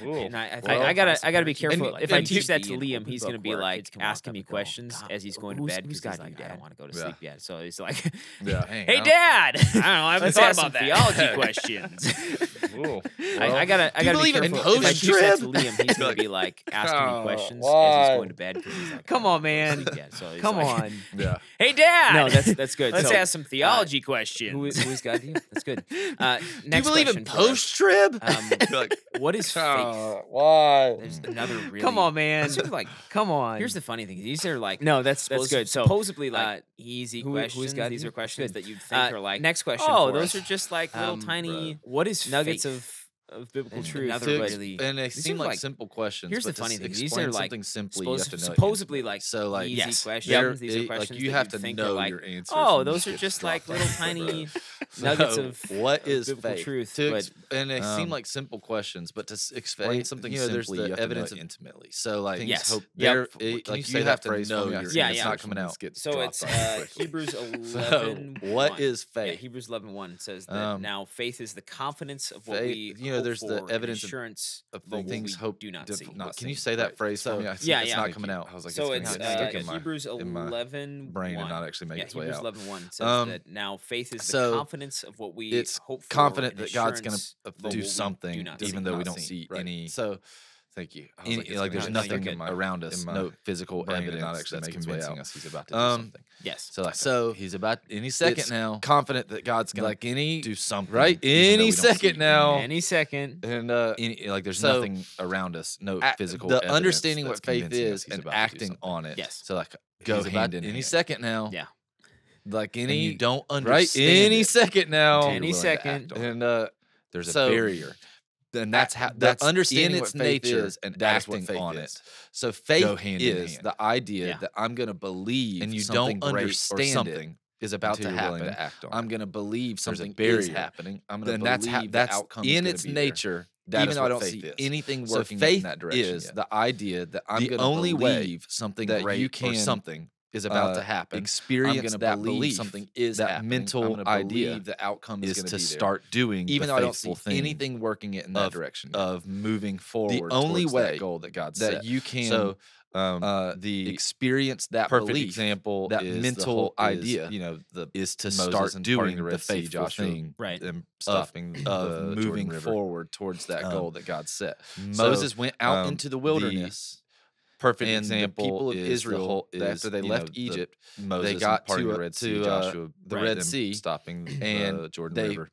and I, I, think-
well,
I gotta, I gotta be
possibly. And-
careful. if I
and
teach
just
that
be
to
an
Liam,
open
he's gonna
book
be
where our
like
kids can walk
asking
up
me
and go,
questions
"God,
as he's going to
who's-
bed
who's
because
God
he's
do you
like, I
dad?"
don't want to go to
Yeah.
sleep yet. So he's like,
[LAUGHS] Yeah. Hang
Hey,
on.
Dad. I don't know.
I haven't
Let's
thought
ask
about
some
that.
theology questions.
Cool.
I, I
Well,
gotta, I
do
gotta be
you believe in
careful. If I
Holy
teach that to
Shrimp?
Liam, he's gonna
Like,
be
[LAUGHS]
like asking me
"Oh,
questions as
why?"
he's going to bed because he's like,
Come
"I
on,
don't wanna go
man.
to sleep yet." So he's
Come
like,
on.
Yeah.
Hey, [LAUGHS] Dad.
No, that's that's good.
Let's
so, uh,
ask some theology questions.
Who is, who is God to you? That's
[LAUGHS]
good.
uh, next
Do you believe
question
in
for us.
post trib?
Uh, [LAUGHS]
[LAUGHS]
Um,
like,
What
[LAUGHS]
is faith?
why?
There's another really.
Come on, man.
These are like
Come on.
here's the funny thing. These are like
no. That's that's
suppos-
good. So
supposedly like
uh,
easy
who- who is
questions.
God
These
to you?
are questions
Good.
that you'd think
Uh,
are like
next question.
Oh,
for
those
us.
are just like little
Um,
tiny.
Bruh.
What is
just nuggets
faith.
of of biblical
And
truth,
another
but
really-
and they
these
seem
are,
like,
like-
simple questions.
here's
but
the
to
funny
s-
thing, these
explain
are, like,
something simply.
suppos-
you have to know
supposedly like
So, like,
easy
yes.
questions.
your answer.
These are
like
questions
you
that
have
you'd
to
think are
know
like
your answer.
oh, those are just like little tiny nuggets
[LAUGHS] So,
of
what is
biblical
faith?
truth,
To ex-
but
and they
um,
seem like simple questions, but to s- explain
explain-
something
you know, there's
simply,
the
you have to know
evidence
it
of-
intimately. So like,
Yes.
hope
Yep.
there,
W-
it-
can you
like
say
you,
that
have to
phrase for
know
me? I
your
forget.
Yeah,
it's
yeah.
not coming out.
so it's uh, Hebrews eleven.
So what is
Yeah,
faith?
Hebrews 11, says that
Um,
now faith is the confidence of what
faith-
we
you know,
hope
there's the
for and
evidence of-
assurance
of
what
things
we
hope
do not
dif-
see.
not- Can you
Blessing.
say that
Right.
phrase for
So-
me? I think
Yeah,
it's
yeah.
not coming out.
I was like,
so
it's,
it's
gonna get
uh,
stuck in my
Hebrews
in my
11
brain and
1.
not actually make
yeah,
its way
Hebrews
out.
11 1 says
Um,
that now faith is
so
the confidence of what we
it's
hope for
confident
and
that God's going
assurance of
to
what we
do
do
something,
not see.
even though we
Not
don't
see,
see
right.
any.
So Thank you. I was
any-
it's
like
gonna
there's
get stuck
nothing
in my-
around us,
in my
no physical
brain and not
evidence
actually
that's
making its way
convincing
out.
us he's about to do
Um,
something.
Yes.
So like,
So
he's about [LAUGHS] any
it's
second now,
confident that God's gonna
like any
do something,
right
even though
any
we don't see
second
it.
now,
Any second.
And uh,
any, like there's
So,
nothing around us, no
a-
physical.
the
evidence
understanding
that's
what faith
convincing us
is
he's
and
about to do
acting
something.
on it.
Yes.
So like
Go
goes
about
hand in
any
hand.
second now,
Yeah.
like
and
any
you don't
right
understand
any
it
second now.
until you're
Any
willing to act
second.
on it.
And uh,
There's a
So,
barrier.
then that's
that's
how
how- that's
that's
in
understanding
its
what faith
nature,
is and
that is what
acting
faith
on
is.
it. So faith
hand in
is
hand.
the idea
Yeah.
that I'm going to believe
And you
something
don't
great
understand
or
it
something is about to
until you're willing
happen.
to act on
I'm
it.
going to believe
There's a
something is
barrier.
happening. I'm going to
Then
believe
that's how- that's
the outcome is
in
gonna
its
be there.
nature.
That
Even
is
though I
what
don't
faith
see
is.
anything
So
working
faith
in that direction
is
yet.
the idea that I'm
the
going
only
to believe
way something
that
great
you
or
can
something is about
uh,
to happen.
experience
gonna
that
believe
belief, something is
that
happening.
mental
I'm gonna
idea
believe the outcome is,
Is
gonna
to
be there.
start doing
even
the
though I don't see
faithful thing
anything working it in that direction yet,
of moving forward.
only
towards
way
that goal that God
that
set.
you can
so um,
uh,
the
experience that
perfect
belief,
example
that
is the
mental
whole- is,
idea.
you know, the
is
to
Moses
start
and parting
doing
the
the,
Red Sea,
faithful
Joshua,
thing
Right.
and
stopping
stopping
of
the Jordan
moving
River.
forward towards that
Um,
goal that God set.
Moses went out
um,
into the
the
wilderness.
Perfect
and the
example
people of
is
Israel,
the whole,
is,
after they
you
left
know, the
Egypt,
Moses and
got
parting
to
the
a-
Red Sea,
to, uh,
Joshua,
the
right,
Red
them
Sea,
stopping
and
the Jordan
they-
River.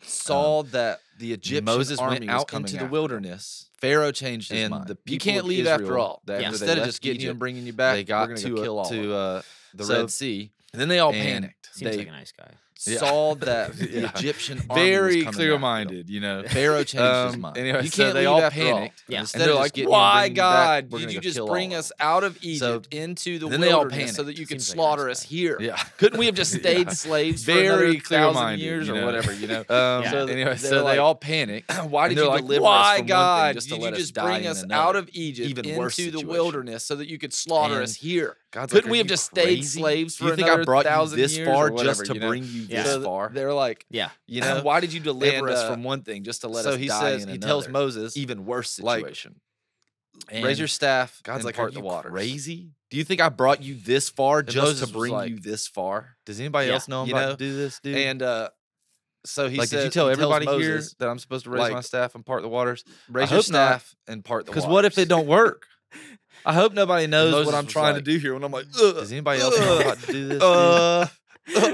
saw that the Egyptian
Moses
army
went
was
out
coming
into
after
the
them.
wilderness.
Pharaoh changed his
and
mind.
the
you
people
can't
of
leave after
Israel,
all.
they-
after
after
they Instead of
left
just getting you
Egypt,
and bringing you back,
they got
we're gonna
to,
go
a-
kill all
to
of them.
uh, the
So
Red Sea.
And then they all
and
panicked.
Seems
they
like a nice guy.
Yeah. [LAUGHS]
saw that the
Yeah.
Egyptian army was coming
Very
after them.
clear-minded, you know.
Pharaoh changed his
Um,
mind.
anyway,
you
so
can't
they
leave
all
after
panicked.
Yeah. And
Instead
they're
of just
like,
getting you and
"Why,
bringing you back,
God,
we're
did
gonna
you
go
just
kill
bring
all of
us
them."
out of Egypt
So into the
then they all
wilderness so that you could
Seems like a nice
slaughter
guy.
us here.
[LAUGHS] Yeah.
Couldn't we have [LAUGHS] just stayed slaves for
Very
another thousand
clear-minded,
years
you
or
know.
whatever, you [LAUGHS] know?
Yeah.
Um, so
So
anyway,
they
so
were
they
like,
all [CLEARS THROAT] panic.
Why did
they're
you
like,
deliver
"Why,
us from
God,
one thing just to
did
let
you
us
just
die
bring
in
us
another
out of Egypt
even
into
worse
the
situation?"
wilderness so that you could slaughter
And
us here?
God's
Couldn't
like, "Are
we have
you
just stayed
crazy?
slaves
Do
for
you think
another
I brought you
thousand
this
years or
far
whatever,
just to
you know?
bring you
Yeah.
this
So th-
far?
They're like,
Yeah.
you know,
why
[LAUGHS]
did you deliver
and,
us
uh,
from one thing just to let
so
us
he
die
says
in
he tells
another
Moses,
even worse
like,
situation?
raise your staff.
God's
and
like, "Are
part the
you
water.
crazy?
Do you think I brought you this far just
Moses
to
was
bring
like-
you this far? Does anybody
Yeah.
else know I'm
You
about
know?
to do this, dude?
and uh, so he
like,
says,
did you tell
he tells
everybody here
Moses,
that I'm supposed to raise my
like,
staff and part the waters?
raise
I
your
hope not,
staff and part the
Because what if it
waters."
don't work? I hope nobody knows
Moses
what I'm
was
trying
like,
to do here. When I'm like,
Does
Ugh,
anybody else know
Ugh. [LAUGHS]
how to do this? dude?
uh, ugh,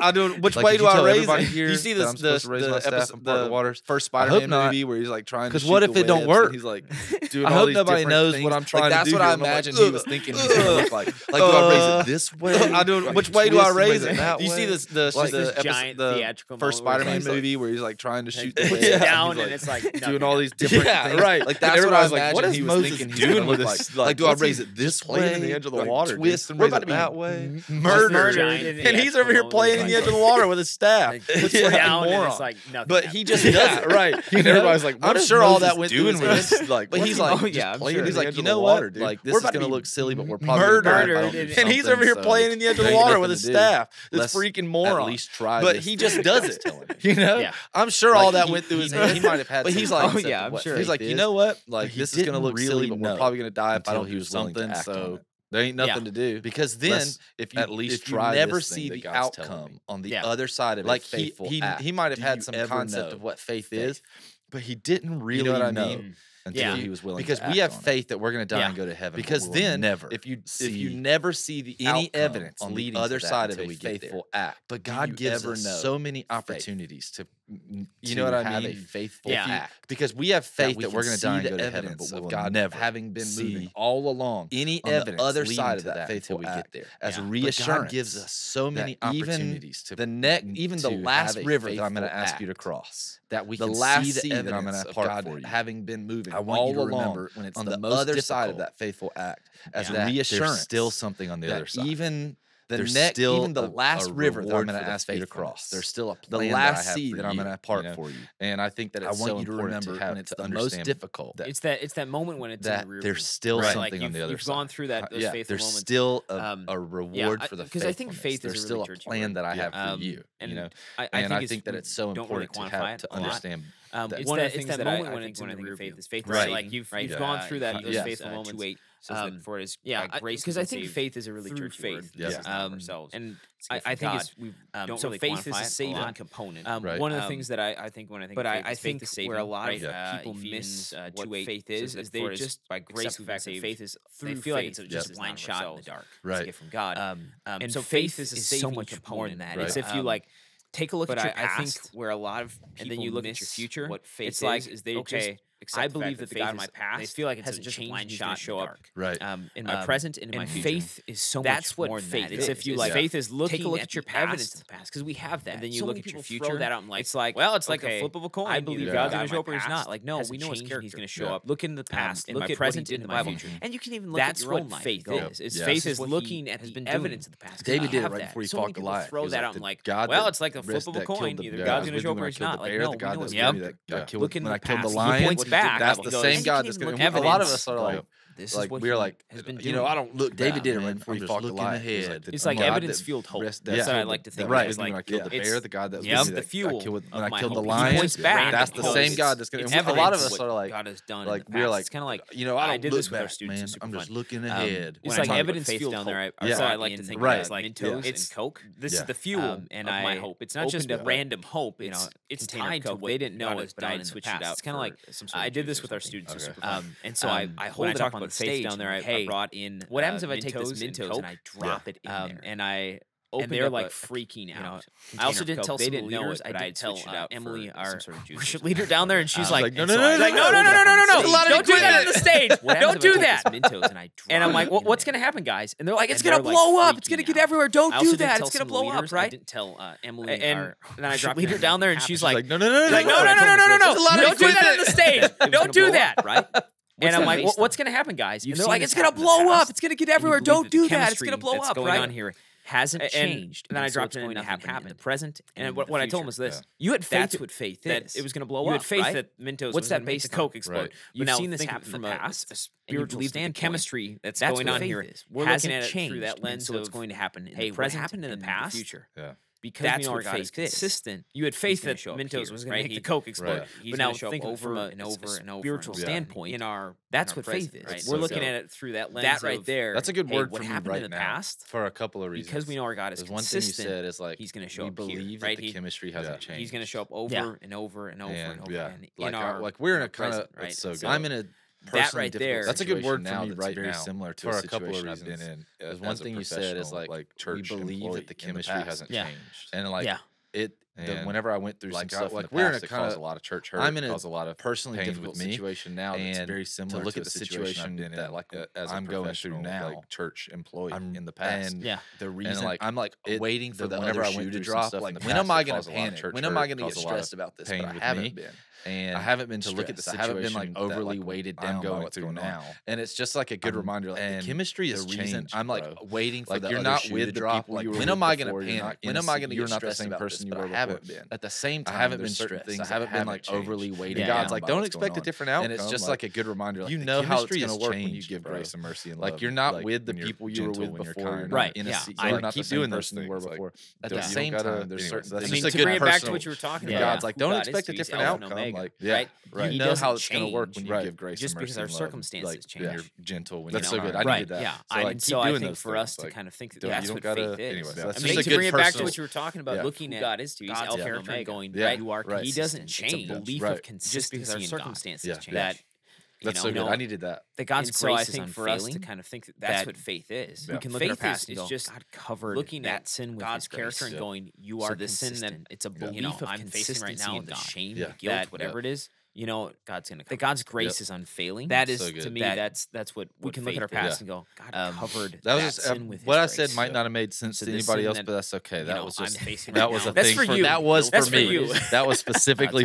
I do. Which
Like,
way
did
do
you
I
tell
raise
everybody
it?
here
you see
that
this
I'm supposed to
the,
raise
the
my staff
episode,
and part the
the
waters?
first
I
Spider-Man
hope not.
movie where he's like trying to
Because
shoot
what if
the
it don't
webs and
work?
He's like,
doing
I
all
hope
these
nobody
different
knows
things.
what I'm
Like,
trying to
that's
do.
what
here,
I
and I'm like,
imagine he
"Ugh,
was thinking.
ugh,
He's gonna look like,
Like, do I
uh,
raise it this way?
I
do.
do-
I
which way do I
twist,
raise
it?
it?
That
You see
way?
this- the-
Like
the
this
episode-
giant
the
theatrical
first
moment where
Spider-Man
he's, like,
movie where he's like trying to shoot
Like,
the
puts
webs
it
and he's,
down
like,
and it's like
doing
nothing
all
else.
these different
Yeah,
things.
right.
Like that's
And
what
everybody's
I
like,
imagine
what is
he was
Moses
thinking he was
doing
gonna
with
look
this?
Like,
Like,
do I
what's he
raise it this
playing
way?
in the edge of the
like,
water, dude?
Twist and
We're
raise
about
it
to be
that way.
murdered,
Giant in the
and he's
actual
over here
moment,
playing in
like-
the
[LAUGHS]
edge of the water with his staff.
Like, [LAUGHS]
Which
puts
is
it
like a
down and
moron.
it's like nothing.
But
happened.
he
[LAUGHS]
just
Yeah,
does it right.
You
And
know?
everybody's like,
I'm
what is
sure all
Moses
that went through
doing
his
with
head?
this. [LAUGHS] Like,
But
what's
he's
he
like,
oh
just
yeah, I'm
playing?
sure.
He's
He's
like,
like,
"You
"You know
know
what?
what?
Like,
Like,
this
we're
is
about to
gonna
be
look silly, but we're
probably gonna
probably gonna
die
die
Murdered
on
in
it."
the
And he's over here
something, so
playing in the edge of the
there's
water
nothing
with
to
his
do.
staff. This
Let's
freaking
At
moron.
least try.
But
this
he
thing
just
that
does
God's
it.
telling you.
You know,
Yeah.
I'm sure
Like,
all that
he-
went through his
he-
head.
he might have had
but
some
he's like,
concept Oh, yeah, of I'm what sure.
He's like, you
faith
know what? Like,
he
this is gonna
didn't
look silly,
really
but we're
know
probably gonna die if I
until
don't
he
do
was willing to
something.
act on
So
it.
there ain't
Yeah.
nothing to do.
Because then,
Let's
if you
at least
if you
try
never
this thing
see
that
the
God's telling
outcome
me.
on the
Yeah.
other side of
like
a
he
faithful
he,
act,
he might have
do
had
you
some
ever
concept
know
of what faith
faith?
is, but he didn't really
what I
know
mean?
until
Yeah.
he was willing.
because
to
we
act
have
on it.
faith that we're going to die
Yeah.
and go to heaven. but
Because
we will
then,
never
if you
if you
see
never see the
any
any
evidence
evidence on the
leading to
other
that
side of
until
a
we get there.
faithful act,
But
do
God
you
gives
ever
us
know
so many
faith?
opportunities to, you
you know what I
have
mean?
a faithful
Yeah.
act.
because we have faith
we
that,
can
we are going to
see
die and
the
go to heaven, but
evidence
with
of
God
never
having been moving
see
all along,
Any
on the
evidence
other
leading
side of
to
that
faith
faithful
till we get
act
there
as
Yeah. But God
reassurance,
God gives us so many
that even
opportunities to
the neck,
n-
even the
to
last
have a
river that I'm going to
faithful
ask you to
act.
cross,
that we
the
can
last
see the
seed that I'm going
evidence
to
of
part
God
for you. having been moving
I want
all
you to
along
remember when it's
on
the,
the,
most
other side of
difficult
that faithful act as
that there's
reassurance,
still something on the
that
other side.
even The
There's
neck,
still
even
a-
the
a
last river that I'm
reward
going
for
to
the
ask you to
faithfulness.
cross.
There's still a
the
plan that I
last
have
seed
for
that I'm
you,
going to
you
part
know?
for you.
And I think that
I
it's
want
so
you to
important
remember
have
when it's
to
the most
understand
difficult.
that-
It's that it's that moment when it's
that
in the rear
there's
view.
still
Right.
like
something
you've,
on the other
you've
side.
gone through that
Uh,
those
yeah,
faithful
there's
moments.
still a,
Um,
a reward
I-
for the
'cause I think
faithfulness.
faith is
there's
a really
still a
churchy
plan
word.
that I
Yeah.
have for
Um,
you.
and
you know,
I, I
and
think
I
it's-
think that
we
it's so
don't
important
really
to
quantify
have
it
to
a lot.
understand.
Um,
that-
it's
One
that,
of the
it's
things
that
that I-
moment
I
when
think
it's
one
in
of
the
the
rear
rear
faith
view.
is faithful.
Right.
So, like you've
Right.
you've
Yeah.
gone through that those
Yeah.
faithful moments.
says
Um,
that for his
Yeah,
grace
because I, think faith is a really
through
churchy
faith.
word.
Yes.
It's not
Um,
ourselves.
and
It's a
I,
gift
I
from
think
God.
it's we
Um,
don't
so
really
faith is
quantify
a
it a
saving
lot.
component.
Um,
Right.
One of the
Um,
things that I, I think when I think,
but
of
I,
faith
I
is
think
faith is saving,
where a lot
right?
of
uh,
uh,
people miss uh,
what
to a-
faith
so
is
that
is
for
they
us,
just by grace
accept the
we've been
fact that
saved.
faith is
they
through
feel like
faith,
it's
it's
just
not
a blind shot in the
ourselves.
dark. It's a
Right.
gift from God.
um,
Um,
and
so faith is a
so
saving
much more than
component,
that.
right?
It's if you
Um,
like take a look
but
at
I,
your
I
past,
think where a lot of people
and then you look at your
miss
future.
what faith
it's like
is, is they
okay,
just accept
I
the fact
believe
that
the
the God
God
of
of
my
my
past
past feel like it's
hasn't
just a
changed,
blind
he's gonna
shot show
show
up
up.
Right.
um, in my
Um,
present and in my
and
future.
faith is so
That's
much more
what
than
faith
that.
is. If you like,
faith is looking
take a look at, your past,
evidence of the past because we have that.
and then you
So
look
many
at your
people
future.
throw that out and like,
it's like
well, it's like
okay,
a flip of a coin.
I
you
believe
know,
God's
God
going
of
to
my
show up or he's
past
not. Like, no, we
hasn't
know his
changed and
character.
He's going to show
show
up.
up. Look in the past.
in
look
my
at
present,
what he did
in
in the
my
Bible.
future.
And you can even look
That's
at your
what
own life
faith
and go,
is. Is
Yeah.
faith
This
is
what he
looking at
has
the
been doing.
evidence of the past.
David
We
did it
have
right
that.
before he
so many
fought
people
Goliath.
Throw
He was
that
like,
out
"The
and like,
God
well,
that
it's like a flip
wrist
of a
that killed
coin.
the
Either
bear
God's
was
going to
with
show
me
up
when
or
I
he's
killed the
not. Like,
bear,
no,
the
we
God
know
that
his
was with me
character.
that- that
Yeah.
killed-
Look in
when
the
I killed the
past. He
lion.
points back.
That's the
He goes,
same
"And you
God
can
that's
even
going
look
to.
at
A lot of
evidence."
us are like,
This is
like
what
we're
he
like,
has been
you know,
doing.
I don't look. David
back,
did it right
man.
before I'm he just fought looking Goliath. He was
ahead.
the
It's like
God that
evidence-fueled hope.
wrist-
That's what I like to think of
Right.
it as,
When I
like,
killed the
it's-
bear, the God that was
yep.
with me
the
that- I
fuel
killed, when
of
I
my
killed the
hope. He
lion.
points back.
That's the
Hope.
same
It's-
God that's going
it's
to. A lot of
evidence
us
what
are like,
God has done. in
like
the
we're
past.
like,
it's kind of like
you know, I
I
don't
did
look
this with our
back,
students
man.
in
I'm just
Superfund.
looking
Um,
ahead.
It's
I'm
like
talking-
evidence
faith
fueled
down
down
there,
there.
I-
that's
so
what
I like to think
Right.
of it as like
Mentos
Mentos
It's-
and Coke.
This
Yeah.
is the fuel
um,
and
of
I
my hope. It's not just
opened up-
random hope.
you know,
It's it's
container of
tied to
Coke.
what they didn't know
God
was
has
done
died
in
and
the
switched it
past.
out
It's kind of
for
like
some sort of
I did
juice
this
or
with our
something.
students. in
Okay.
Superfund.
Um, and so
Um,
I, I
when
hold
I
it
talk
up on
about
the stage
faith,
down there. I, I
hey,
brought in
what
uh,
happens if I take this
Mentos and
Mentos
Coke,
and I drop it in
um,
there?
and I
opened
and they're
up
like
a- a-
freaking
you
out.
know,
container
I also
of
didn't
Coke.
tell
They
some
didn't know
leaders,
it,
but
but
I
I
did tell
switched it
uh,
out for
Emily,
some
our [LAUGHS]
sort of juice or
worship
something.
leader down there, and
Um, like,
she's like,
like, no,
and
no,
so
no,
I
no,
like,
no,
no, no,
no,
no,
no,
no,
no,
no,
no,
no,
no,
don't do
do
that
it.
on the
What
stage.
happens
Don't
if I
do
take
that.
this Mentos and I
And I'm
drop
like,
it
well,
in
what's
there?
going to happen, guys? And they're like, it's
And
going to
they're, like,
blow up. It's
freaking
going to get
out.
everywhere. Don't
I also
do
didn't
that.
tell
It's going to
some
blow
leaders,
up,
I
right?
didn't tell uh, Emily,
A- and-
our
and I
worship
dropped it
leader
in
down
there
there,
and
and she's
she's
like,
Like, no, no, no, no,
like,
no,
no, no, no, no, no, no, no. Don't do that on the stage.
It was
Don't
gonna
do
blow
that.
up, right?
And I'm
gonna
like,
be
well,
based
what's going to happen, guys? And
You've
they're
seen
like,
this
it's going to
happen in the
blow up.
past,
It's going to get
and you
everywhere.
believe
Don't
that the
do that. It's
chemistry
going to blow
that's
up,
going
right?
on here hasn't
A- and-
changed.
and then I
so
dropped
it's
it in
going to
and
happen
nothing
in the
happened.
present. And,
in
what,
the
what I told him
future.
was this:
You had faith.
That's
That's
what
what faith
that
is.
it was going to blow
you
up.
had faith
right?
that Mentos.
What's
was
that
gonna make
based on?
the Coke explode?
Right.
You've
now
seen this
think
happen
from
from the
a-
past.
a
and you
spiritual
believe that the
standpoint.
chemistry
that's,
that's
going
what
on
faith
here.
is. We're
hasn't
looking at it through
changed,
that
and
lens
so it's
of,
going to happen in
hey,
the
what
present
happened in
and
the
in
past?
future.
Yeah.
Because
That's
we know our
what
God
faith
is
is.
consistent. You had
He's
faith
gonna
that
show up
Mentos
here,
was going
right?
to make
He-
the Coke explode.
Right.
But
He's
now
gonna show up
think of it
over
from a-
and
a
over and over
spiritual
and over.
standpoint.
in our
That's
in our
what faith
present,
is.
right?
It's
We're
so
looking
good.
at it through that lens.
that right
of,
there.
That's a good
Hey,
word
what
for me
happened
right
in the
now.
past?
for a couple of reasons.
Because we know our God is
There's one thing you
consistent.
said is like
he's going to show
we
up here,
believe
right?
that
He-
the chemistry hasn't changed.
He's going to show up over
Yeah.
and over and over and, over
yeah,
again.
like
in
I-
our,
like we're in
our
a kind of
present, right?
so good.
I'm
I'm in a
that
personally
right
difficult
there.
That's a good word situation for now me that's right very now
similar to
for a couple of
situation I've
reasons.
been in
There's
as-
one
as a
thing you said is
professional,
like, we
church
believe
employee
that the
in
chemistry
past.
hasn't
Yeah.
changed, and like
Yeah.
it. the-
And
whenever I went through
like,
some
I-
stuff,
like,
in the
we're in
past,
a
it caused
kinda-
a lot of church hurt.
I'm
it
in a
caused a lot of
personally
pain
difficult
with me,
situation now
and
that's very
to
similar
look
to
at
the
the situation
situation I've
I've
been in
that, like,
uh,
as a
I'm going through
professional, like,
now. church employee
I'm-
in the past.
and
Yeah.
the
and
reason
like
I'm like
it-
waiting
for
for the
the
other
other shoe
shoe
to
to
drop,
drop.
like,
Like
when
when am I going to panic?
When am I gonna get stressed
about
this? But I haven't been.
And
and
I haven't been
to
to look at the situation.
I haven't been like overly weighted down by
going
what's
through
going on.
now.
And it's just like a good
Um,
reminder. Like the
and
chemistry
The
is
reason
changing.
I'm like
bro.
waiting for
like
the
you're
other
not
shoe
with
to
the
drop.
people
Like
you were
when
with
am I going
before,
to
you're not
panic?
gonna
When am I
see-
going to
you're
get
not the
stressed
same
about
person
this?
you
But I
were before.
haven't been.
At the same
I
time,
haven't been
there's
certain
certain
things.
things
I haven't been like overly weighted.
And
down
God's like,
by
don't
what's going
expect a
on.
different outcome.
And it's just like a good reminder. Like
you
the
know how it's
chemistry
gonna
has
work when you
changed,
give
bro.
grace and mercy and love.
Like you're not
Like,
with the
when you're
people you were
gentle,
with
when you're
before.
kind,
You're
Right,
not in a
yeah.
seat-
I
you're not
keep
the same
doing those
person you were
things, like,
before. At
don't-
the
you don't
same
gotta-
time, there's
anyways,
certain.
that's
that's
just
I mean,
just
to
a good
bring it back to
personal-
what you were talking
Yeah.
about.
God's like,
who
don't
God is
expect
to
a
you,
different
Alpha and
outcome.
Omega,
Like,
Yeah.
right?
right.
He
You know how
doesn't
it's going to work when
change
you
Right.
give grace
just
and
because
mercy
our
and love.
circumstances
like,
change.
Yeah, you're gentle when
That's
you're
so good.
kind.
I
right.
needed that.
Yeah.
So,
I,
like,
and
keep
so I
doing
think
those
for
things,
us
like,
to kind of think that
don't- you
that's
don't
what
gotta-
faith is.
anyways,
I
that's
mean,
just a
to
good
bring it back to
personal-
what you were talking about,
Yeah.
looking
Who
at
God is to you. He's
God's
Alpha and
character
Omega.
and going,
Yeah.
right? You are.
Right.
He
He
doesn't
consistent.
change.
It's a belief
right.
of
Just
just
consistency
because our
in God.
circumstances
Yeah.
change.
That
That's
know,
so good.
no-
I needed that.
that God's
and
grace
so I
is
think for
unfailing.
us to kind of think that that's
that
what faith is.
Yeah.
we can look at our
faith is,
past and
is
go,
just
God covered
looking at
that sin with
God's
His grace."
character and
Yeah.
going, "You
So
are
the sin that
consistent."
it's a
You
belief
know,
of
I'm facing right
consistency
now
in
the
God.
shame,
Yeah.
the guilt,
that
whatever it is.
You know,
God's gonna.
that
Cover.
God's grace is unfailing.
that is
So
to
good.
me.
That-
that's that's what,
we
what
can look at our
faith is.
past and go, God
Um,
covered
That
that,
was just
sin
um,
with His
what I
grace."
said might
Yeah.
not have made sense
So
to
this
anybody
sin
else,
that,
but that's okay.
you
That
know,
was
I'm [LAUGHS]
just
facing
that
right
was
now.
a
That's
thing
for you.
that was
That's
for
for
me.
you.
That was specifically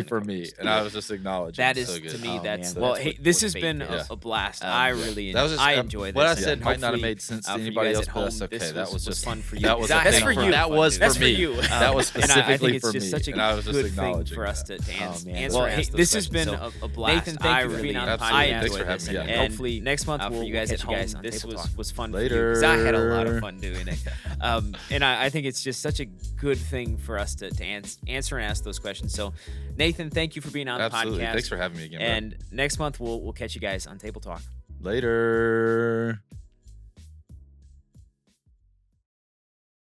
[LAUGHS] That's
for me, and I
Yeah.
was just acknowledging.
That
it.
is
so good.
to me.
Oh,
that's
man. Well,
that's
hey,
what-
this
what
has
faith
been
is.
a, a blast.
Um,
I
yeah.
really,
That was just
I
um,
enjoyed
what I
this, and
said. Might not have
hopefully,
made sense to
uh, for you
anybody
guys
else,
at
but that's
home,
okay.
this
That was just
fun for you.
that was a
That's
thing
for
for-
you.
that was
That's
for
for
me.
you. [LAUGHS]
That was
and I- I, think
specifically
it's
for
just
me,
such a
and I was just
good thing
acknowledging
for us to,
that. Oh,
to ans-
man.
answer.
Well,
and
hey,
ask those
this has
questions.
been
So,
a, a blast.
Nathan,
I
thank you for
really
being on the
enjoyed
podcast.
this.
Thanks for having me, yeah.
And
And
hopefully next month
uh,
we'll
for you guys
we'll
at
catch
home,
guys.
on
this
Table
was
Talk.
was fun
Later.
because I had a lot of fun doing
[LAUGHS]
it. um, and I, I think it's just such a good thing for us to, to ans- answer and ask those questions. So, Nathan, thank you for being on
Absolutely.
the podcast.
Thanks for having me again. bro.
and next month we'll we'll catch you guys on Table Talk.
Later.